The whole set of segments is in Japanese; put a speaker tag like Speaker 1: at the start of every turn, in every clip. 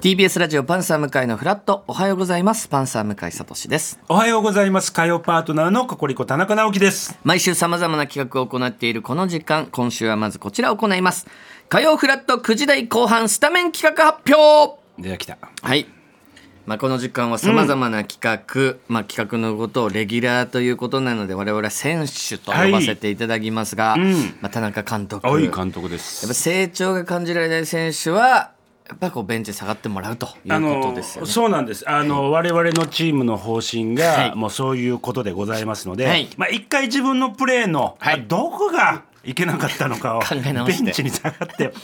Speaker 1: TBS ラジオパンサー向井のフラットおはようございますパンサー向井聡です
Speaker 2: おはようございます。火曜パートナーのココリコ田中直樹です。
Speaker 1: 毎週さまざまな企画を行っているこの時間今週はまずこちらを行います火曜フラット9時台後半スタメン企画発表
Speaker 2: では来た。
Speaker 1: はい、まあ、この時間はさまざまな企画、まあ、企画のことをレギュラーということなので我々は選手と呼ばせていただきますが、まあ、田中監督
Speaker 2: 青い
Speaker 1: やっ
Speaker 2: 監督です。
Speaker 1: ぱ成長が感じられない選手はやっぱこうベンチに下がってもらうということですよね。
Speaker 2: そうなんです。あの、我々のチームの方針が、
Speaker 1: はい
Speaker 2: もうそういうことでございますので、
Speaker 1: はい
Speaker 2: まあ一回自分のプレーの、
Speaker 1: はい
Speaker 2: どこがいけなかったのかを
Speaker 1: 考え直して
Speaker 2: ベンチに下がって考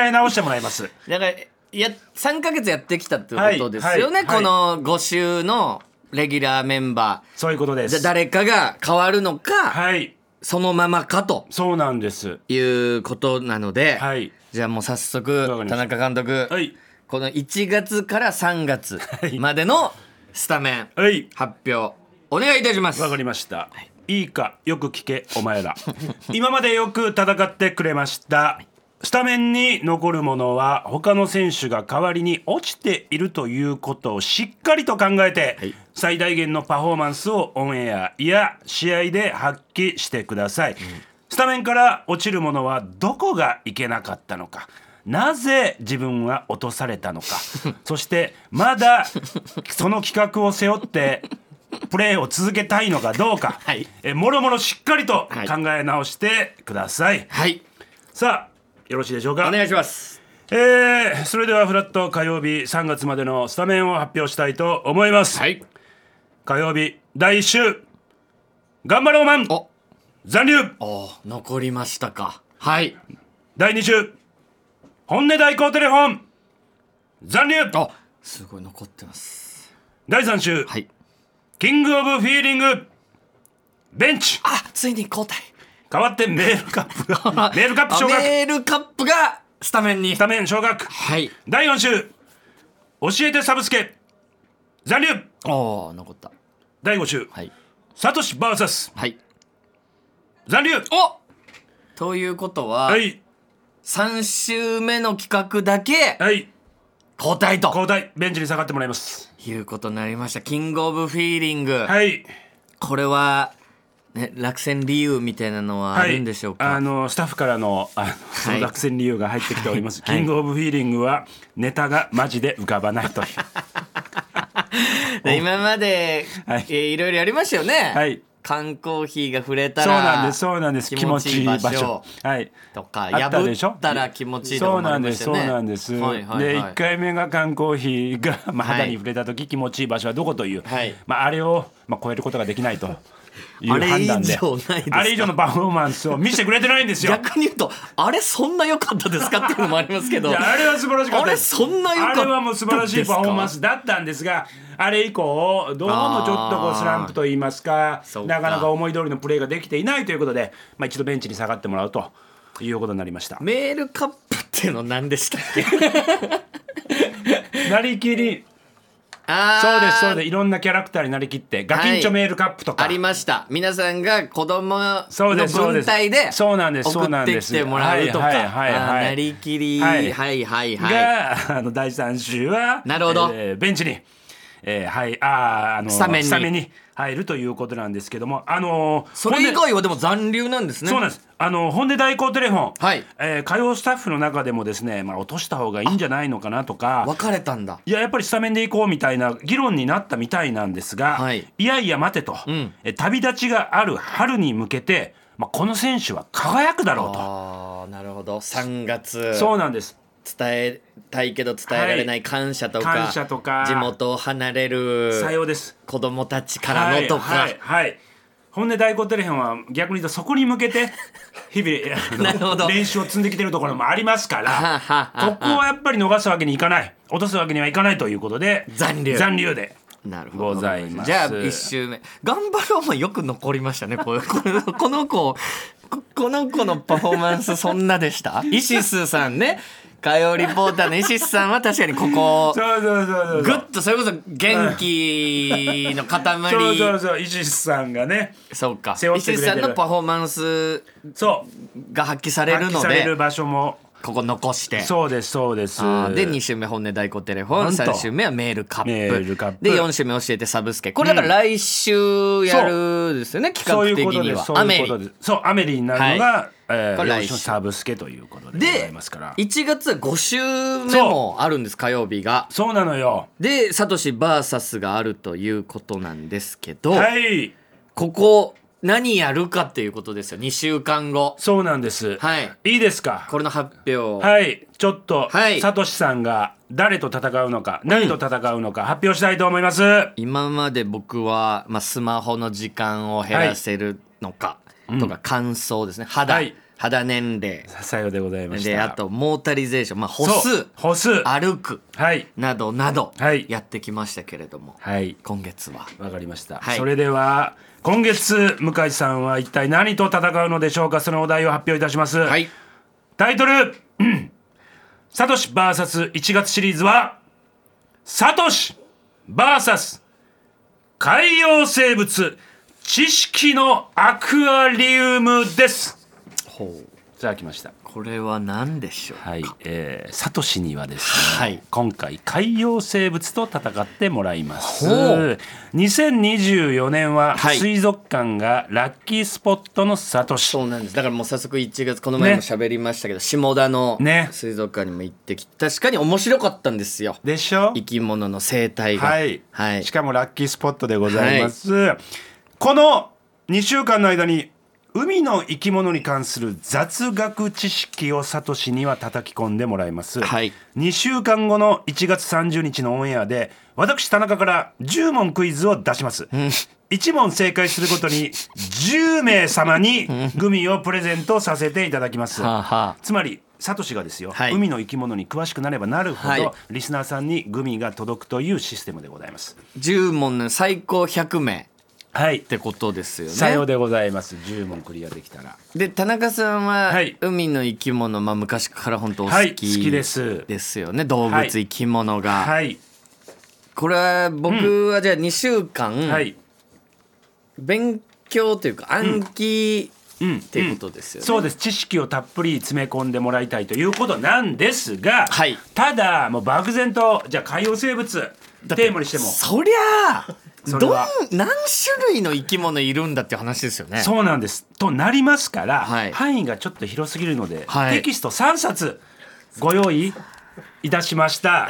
Speaker 2: え直してもらいます。
Speaker 1: だからや3か月やってきたってことですよね、
Speaker 2: はいはい
Speaker 1: この5週のレギュラーメンバ
Speaker 2: そういうことで
Speaker 1: ーじゃあ
Speaker 2: す。
Speaker 1: 誰かが変わるのか、
Speaker 2: はい。
Speaker 1: そのままかと
Speaker 2: そうなんです。
Speaker 1: いうことなので、
Speaker 2: はい。
Speaker 1: じゃあもう早
Speaker 2: わか
Speaker 1: 速
Speaker 2: り
Speaker 1: 田
Speaker 2: まし
Speaker 1: 中
Speaker 2: た
Speaker 1: 監督、
Speaker 2: はい。
Speaker 1: この1月から3月までのスタメン
Speaker 2: はい。
Speaker 1: 発表お願いいたします。
Speaker 2: わかりました。いいか、よく聞け、お前ら。 今までよく戦ってくれました。スタメンに残るものは他の選手が代わりに落ちているということをしっかりと考えて、
Speaker 1: はい
Speaker 2: 最大限のパフォーマンスをオンエアいや試合で発揮してください、スタメンから落ちるものはどこがいけなかったのかなぜ自分は落とされた のかそしてまだその企画を背負ってプレーを続けたいのかどうか、
Speaker 1: はい
Speaker 2: えもろもろしっかりと
Speaker 1: はい
Speaker 2: 考え直してください、
Speaker 1: はい
Speaker 2: さあよろしいでしょうか
Speaker 1: お願いします。
Speaker 2: えーそれではフラット火曜日3月までのスタメンを発表したいと思います、
Speaker 1: はい
Speaker 2: 火曜日第1週頑張ろうマン
Speaker 1: お
Speaker 2: 残留
Speaker 1: お残りましたか。はい
Speaker 2: 第2週本音代行テレフォン残留
Speaker 1: あすごい残ってます。
Speaker 2: 第3週
Speaker 1: はい
Speaker 2: キングオブフィーリングベンチ
Speaker 1: あついに交代。
Speaker 2: 代わってメールカップがメールカップ昇
Speaker 1: あ
Speaker 2: 格ス
Speaker 1: メールカップがスタメンに。
Speaker 2: タメン昇格
Speaker 1: はい。
Speaker 2: 第4週教えてサブスケ残留
Speaker 1: おお残った。
Speaker 2: 第5週
Speaker 1: はい
Speaker 2: サトシ VS
Speaker 1: はい。
Speaker 2: 残留
Speaker 1: おということは、
Speaker 2: はい
Speaker 1: 3週目の企画だけ
Speaker 2: はい
Speaker 1: 交代と
Speaker 2: 交代ベンチに下がってもらいます
Speaker 1: いうことになりました。キングオブフィーリング。
Speaker 2: はい
Speaker 1: これは、ね、落選理由みたいなのはあ
Speaker 2: はい
Speaker 1: るんでしょうか、
Speaker 2: あのスタッフからのあのその落選理由が入ってきております、
Speaker 1: はい
Speaker 2: キングオブフィーリングはネタがマジで浮かばな いという
Speaker 1: で今まで、
Speaker 2: はいい
Speaker 1: えーいろいろやりましたよね、
Speaker 2: はい
Speaker 1: 缶コーヒーが触れた
Speaker 2: そうなんで
Speaker 1: ら
Speaker 2: すそうなんです
Speaker 1: 気持ちいい場所
Speaker 2: はい
Speaker 1: とか
Speaker 2: あった
Speaker 1: 破
Speaker 2: でしょ
Speaker 1: ったら気持ちいいと
Speaker 2: そう
Speaker 1: かもあ
Speaker 2: な
Speaker 1: り
Speaker 2: ん
Speaker 1: ま
Speaker 2: で
Speaker 1: し
Speaker 2: す
Speaker 1: たよ
Speaker 2: そう
Speaker 1: ね
Speaker 2: なんです、
Speaker 1: はいはいはい
Speaker 2: で1回目が缶コーヒーが、まあ、肌に触れた時気持ちいい場所はどこという、
Speaker 1: はい
Speaker 2: まあ、あれを、まあ、超えることができないとい う
Speaker 1: あれ
Speaker 2: 判断で
Speaker 1: 以上ないですか
Speaker 2: あれ以上のパフォーマンスを見せてくれてないんですよ
Speaker 1: 逆に言うとあれそんな良かったですかっていうのもありますけ
Speaker 2: い
Speaker 1: ど
Speaker 2: やあれは素晴らしかったです
Speaker 1: あれそんな良かった
Speaker 2: あれはもう素晴らしいパフォーマンスだったんですがあれ以降どうもちょっとこうスランプといいますか
Speaker 1: そうか
Speaker 2: なかなか思い通りのプレーができていないということで、まあ、一度ベンチに下がってもらうということになりました
Speaker 1: メールカップっていうの何でしたっ け
Speaker 2: なりきり
Speaker 1: あー
Speaker 2: そうですそうですいろんなキャラクターになりきってガキンチョメールカップとか、
Speaker 1: ありました皆さんが子供の
Speaker 2: そうですそうで
Speaker 1: 文
Speaker 2: す
Speaker 1: 体で
Speaker 2: そうなんですそう
Speaker 1: 送
Speaker 2: な
Speaker 1: っ
Speaker 2: ん
Speaker 1: て
Speaker 2: で
Speaker 1: き
Speaker 2: す
Speaker 1: てもらうとかあ
Speaker 2: はいはいはい
Speaker 1: ー
Speaker 2: はい
Speaker 1: なりきりは
Speaker 2: はいい
Speaker 1: はいはい
Speaker 2: があの第3週は
Speaker 1: なるほど
Speaker 2: えーベンチに、えーはいあーあの
Speaker 1: スタメンに
Speaker 2: 入るということなんですけどもあのー
Speaker 1: それ以外はでも残留なんですね
Speaker 2: そうなんです。あの本音代行テレフォン、
Speaker 1: はい
Speaker 2: えー火曜スタッフの中でもですね、まあ落とした方がいいんじゃないのかなとか。
Speaker 1: 別れたんだ
Speaker 2: いややっぱりスタメンで行こうみたいな議論になったみたいなんですが、
Speaker 1: はい
Speaker 2: い、やいや待てと、
Speaker 1: ん
Speaker 2: え旅立ちがある春に向けて、まあ、この選手は輝くだろうと
Speaker 1: あーなるほど3月
Speaker 2: そうなんです
Speaker 1: 伝えたいけど伝えられない感謝とか,、
Speaker 2: はい感謝とか
Speaker 1: 地元を離れる
Speaker 2: さようです
Speaker 1: 子供たちからのとか、
Speaker 2: はいはいはい本音代行テレフォンは逆に言うとそこに向けて日々あ の
Speaker 1: なるほど
Speaker 2: 練習を積んできてるところもありますか
Speaker 1: は
Speaker 2: ら
Speaker 1: はは
Speaker 2: ここはやっぱり逃すわけにいかない落とすわけにはいかないということで
Speaker 1: 残留
Speaker 2: 残留で
Speaker 1: なるほど
Speaker 2: ございます
Speaker 1: じゃあ1周目頑張ろうもよく残りましたねこう このこの子ここの子のパフォーマンスそんなでした イシスさんね火曜リポーターのイシスさんは確かにここ
Speaker 2: そうそうそうそう
Speaker 1: グッとそれこそ元気の塊
Speaker 2: そうそうそう石さんがね
Speaker 1: そうか
Speaker 2: 背負
Speaker 1: イ
Speaker 2: ってく
Speaker 1: シ
Speaker 2: れ
Speaker 1: ス
Speaker 2: てる
Speaker 1: さんのパフォーマンス
Speaker 2: そう
Speaker 1: が発揮され
Speaker 2: 発
Speaker 1: る
Speaker 2: 揮
Speaker 1: の
Speaker 2: され
Speaker 1: で
Speaker 2: る場所も
Speaker 1: ここ残して
Speaker 2: そうですそうです
Speaker 1: あーで2週目本音代行テレフォン
Speaker 2: なんと
Speaker 1: 3週目はメールカップ
Speaker 2: メールカップ
Speaker 1: で4週目教えてサブスケこれだから来週やるですよね、
Speaker 2: そう
Speaker 1: 企
Speaker 2: いう
Speaker 1: 画
Speaker 2: こ
Speaker 1: 的
Speaker 2: と
Speaker 1: に
Speaker 2: です
Speaker 1: は
Speaker 2: そう
Speaker 1: アメ
Speaker 2: いう
Speaker 1: リ
Speaker 2: ことですそうアメリになるのが、え
Speaker 1: これ
Speaker 2: ー、
Speaker 1: 来週
Speaker 2: 洋書サブスケということでござい
Speaker 1: で
Speaker 2: ますから
Speaker 1: 1月は5週目もあるんです火曜日が
Speaker 2: そうなのよ
Speaker 1: でサトシ VS があるということなんですけど、
Speaker 2: はい
Speaker 1: ここ何やるかっていうことですよ2週間後
Speaker 2: そうなんです、
Speaker 1: はい
Speaker 2: い、いですか
Speaker 1: これの発表
Speaker 2: はいちょっと、
Speaker 1: はい
Speaker 2: サトシさんが誰と戦うのか何と戦うのか発表したいと思います、
Speaker 1: 今まで僕は、まあ、スマホの時間を減らせるのかとか乾燥ですね、肌、
Speaker 2: はい
Speaker 1: 肌年齢
Speaker 2: さようでございました
Speaker 1: であとモータリゼーション、まあ、歩
Speaker 2: そう
Speaker 1: 数
Speaker 2: 歩数
Speaker 1: 歩く
Speaker 2: はい
Speaker 1: などなど
Speaker 2: はい
Speaker 1: やってきましたけれども、
Speaker 2: はい
Speaker 1: 今月は
Speaker 2: わかりました、
Speaker 1: はい
Speaker 2: それでは今月向井さんは一体何と戦うのでしょうかそのお題を発表いたします、
Speaker 1: はい
Speaker 2: タイトルうんサトシ VS1 月シリーズはサトシ VS 海洋生物知識のアクアリウムですさあ来ました
Speaker 1: これは何でしょう
Speaker 2: はい、えー、サトシにはですね、
Speaker 1: はい
Speaker 2: 今回海洋生物と戦ってもらいます
Speaker 1: ほう
Speaker 2: 2024年は
Speaker 1: はい
Speaker 2: 水族館がラッキースポットのサトシ、
Speaker 1: そうなんですだからもう早速1月この前も喋りましたけど、下田の
Speaker 2: ね
Speaker 1: 水族館にも行ってきて確かに面白かったんですよ
Speaker 2: でしょ
Speaker 1: 生き物の生態が
Speaker 2: はい、
Speaker 1: はい
Speaker 2: しかもラッキースポットでございます、この2週間の間に海の生き物に関する雑学知識をサトシには叩き込んでもらいます、
Speaker 1: はい
Speaker 2: 2週間後の1月30日のオンエアで私田中から10問クイズを出します、1問正解するごとに10名様にグミをプレゼントさせていただきます、
Speaker 1: はあはあ
Speaker 2: つまりサトシがですよ、
Speaker 1: はい
Speaker 2: 海の生き物に詳しくなればなるほど、
Speaker 1: はい
Speaker 2: リスナーさんにグミが届くというシステムでございます
Speaker 1: 10問の最高100名
Speaker 2: はい
Speaker 1: ってことですよ
Speaker 2: さよう
Speaker 1: ね
Speaker 2: でございます10問クリアできたら
Speaker 1: で田中さんは
Speaker 2: はい
Speaker 1: 海の生き物、まあ、昔から本当お好き,、
Speaker 2: はい好きです
Speaker 1: ですよね動物、
Speaker 2: はい
Speaker 1: 生き物が、
Speaker 2: はい
Speaker 1: これは僕はじゃあ2週間、
Speaker 2: はい、
Speaker 1: 勉強というか暗記
Speaker 2: うん
Speaker 1: っていうことですよね、
Speaker 2: そうです知識をたっぷり詰め込んでもらいたいということなんですが、
Speaker 1: はい
Speaker 2: ただもう漠然とじゃあ海洋生物テーマにしても
Speaker 1: そりゃあ
Speaker 2: それ
Speaker 1: どん
Speaker 2: は
Speaker 1: 何種類の生き物いるんだっていう話ですよね
Speaker 2: そうなんですとなりますから、
Speaker 1: はい
Speaker 2: 範囲がちょっと広すぎるので、
Speaker 1: はい
Speaker 2: テキスト3冊ご用意いたしましたあ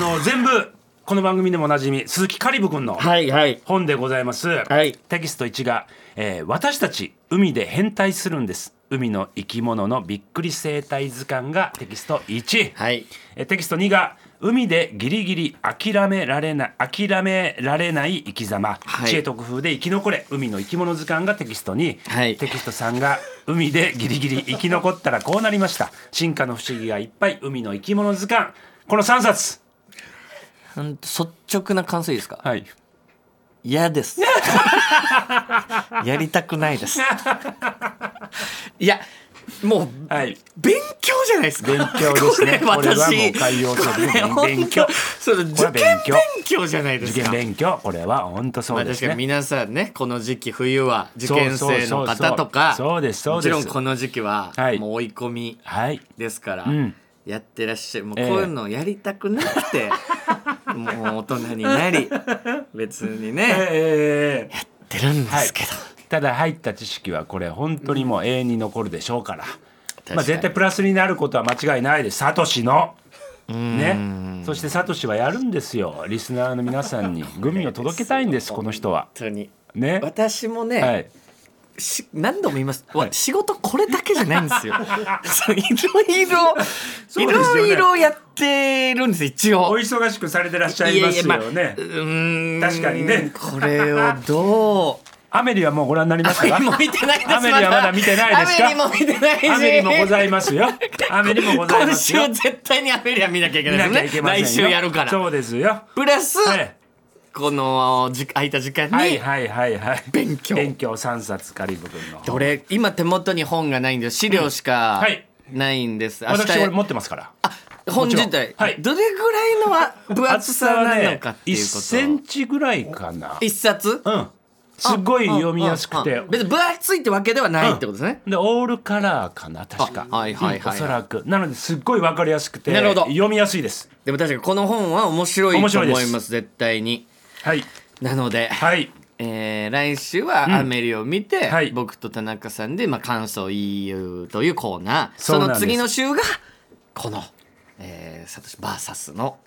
Speaker 2: の全部この番組でもおなじみ鈴木カリブ君の
Speaker 1: いはい
Speaker 2: 本でございます、
Speaker 1: はい
Speaker 2: テキスト1が、えー私たち海で変態するんです」海の生き物のびっくり生態図鑑がテキスト1、
Speaker 1: はい
Speaker 2: えーテキスト2が海でギリギリ諦められな諦められない生き様、
Speaker 1: はい
Speaker 2: 知恵と工夫で生き残れ海の生き物図鑑がテキスト2、
Speaker 1: はい
Speaker 2: テキスト3が海でギリギリ生き残ったらこうなりました進化の不思議がいっぱい海の生き物図鑑この3冊
Speaker 1: うん率直な感想いいですか
Speaker 2: はい
Speaker 1: 嫌です やりたくないですいやもう
Speaker 2: はい
Speaker 1: 勉強じゃないですか
Speaker 2: 勉強ですね
Speaker 1: これ
Speaker 2: これはも
Speaker 1: 私
Speaker 2: う海洋生物の
Speaker 1: これ
Speaker 2: 勉強
Speaker 1: 本当それ受
Speaker 2: これ
Speaker 1: 験
Speaker 2: は勉強
Speaker 1: 勉強じゃないで
Speaker 2: 受
Speaker 1: す
Speaker 2: 験
Speaker 1: か
Speaker 2: 勉強これは本当そ
Speaker 1: ま
Speaker 2: う
Speaker 1: あ、
Speaker 2: で
Speaker 1: 確
Speaker 2: す
Speaker 1: かに
Speaker 2: ね。
Speaker 1: 皆さんねこの時期冬は受験生の方とか
Speaker 2: そうそうそうそうそうですそう
Speaker 1: もち
Speaker 2: です
Speaker 1: ろんこの時期は
Speaker 2: はい
Speaker 1: もう追い込み
Speaker 2: はい
Speaker 1: ですから、
Speaker 2: ん
Speaker 1: やってらっしゃるもうこう
Speaker 2: ええ
Speaker 1: いうのやりたくなく て、もう大人になり別にね、や
Speaker 2: えー
Speaker 1: ってるんですけど、
Speaker 2: ただ入った知識はこれ本当にもう永遠に残るでしょうから、
Speaker 1: かに
Speaker 2: まあ、絶対プラスになることは間違いないですサトシの。ね、そしてサトシはやるんですよリスナーの皆さ んにグミを届けたいんですこの人は。
Speaker 1: 本当に
Speaker 2: ね、
Speaker 1: 私もね、
Speaker 2: はい、
Speaker 1: し何度も言います、わ仕事これだけじゃないん ですよそういろいろ、い
Speaker 2: そうですよ
Speaker 1: ろ
Speaker 2: ね
Speaker 1: いろやってるんです一応
Speaker 2: お忙しくされてらっしゃいますよね。
Speaker 1: うーん
Speaker 2: 確かにね
Speaker 1: これをど う
Speaker 2: アメリはもうご覧になりましたか
Speaker 1: 雨も見てないです
Speaker 2: アメリはまだ見てないですか
Speaker 1: アメリも見てないし
Speaker 2: アメリもございますよ。アメリもございま
Speaker 1: 今
Speaker 2: す
Speaker 1: 週
Speaker 2: よ。
Speaker 1: 絶対にアメリは見なきゃいけ
Speaker 2: 見
Speaker 1: ない
Speaker 2: なきゃ
Speaker 1: で
Speaker 2: い
Speaker 1: すね
Speaker 2: けませんよ
Speaker 1: 来週やるから
Speaker 2: そうですよ。
Speaker 1: プラス、
Speaker 2: はい
Speaker 1: このじ空いた時間
Speaker 2: はい
Speaker 1: に
Speaker 2: はいはいはい。
Speaker 1: 勉強
Speaker 2: 勉強三冊カリブ君の。
Speaker 1: どれ今手元に本がないんです資料し
Speaker 2: ん
Speaker 1: か
Speaker 2: はい
Speaker 1: ないんです、明
Speaker 2: 私
Speaker 1: 日
Speaker 2: 俺持ってますから。
Speaker 1: あ本自体、
Speaker 2: もちろんはい
Speaker 1: どれぐらいのわ分厚さなのかっていうこと
Speaker 2: 1センチぐらいかな。
Speaker 1: 一冊
Speaker 2: うん。すごい読みやすく
Speaker 1: あ
Speaker 2: て
Speaker 1: あ別に分厚いってわけではないってことですね。
Speaker 2: でオールカラーかな確か
Speaker 1: あはいはいはいはい
Speaker 2: うんおそらくなのですっごいわかりやすくて
Speaker 1: なるほど
Speaker 2: 読みやすいです
Speaker 1: でも確かにこの本は面白い
Speaker 2: 面
Speaker 1: と
Speaker 2: 白い
Speaker 1: 思い
Speaker 2: で
Speaker 1: ます
Speaker 2: す
Speaker 1: 絶対に。
Speaker 2: はい
Speaker 1: なので、
Speaker 2: はい
Speaker 1: えー来週はアメリを見て、
Speaker 2: はい
Speaker 1: 僕と田中さんで、まあ、感想を言うというコーナーそ
Speaker 2: そうなん
Speaker 1: の
Speaker 2: です
Speaker 1: 次の週がこの、えー、サトシ VS の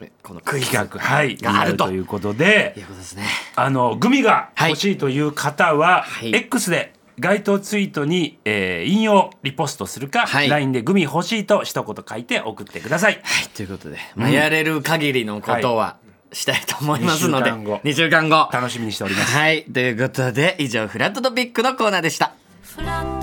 Speaker 1: えこのクイズ
Speaker 2: 企画はい
Speaker 1: があると
Speaker 2: いうことで
Speaker 1: いうことですね。
Speaker 2: あのグミが
Speaker 1: はい
Speaker 2: 欲しいという方は、
Speaker 1: はい
Speaker 2: X で該当ツイートに、えー引用リポストするか、
Speaker 1: はい
Speaker 2: LINE でグミ欲しいと一言書いて送ってください。
Speaker 1: はいということで、まあ、やれる限りのことはしたいと思いますので、
Speaker 2: 二週間後
Speaker 1: 2週間後。
Speaker 2: 楽しみにしております。
Speaker 1: はいということで以上「フラットトピック」のコーナーでした。
Speaker 3: フラッ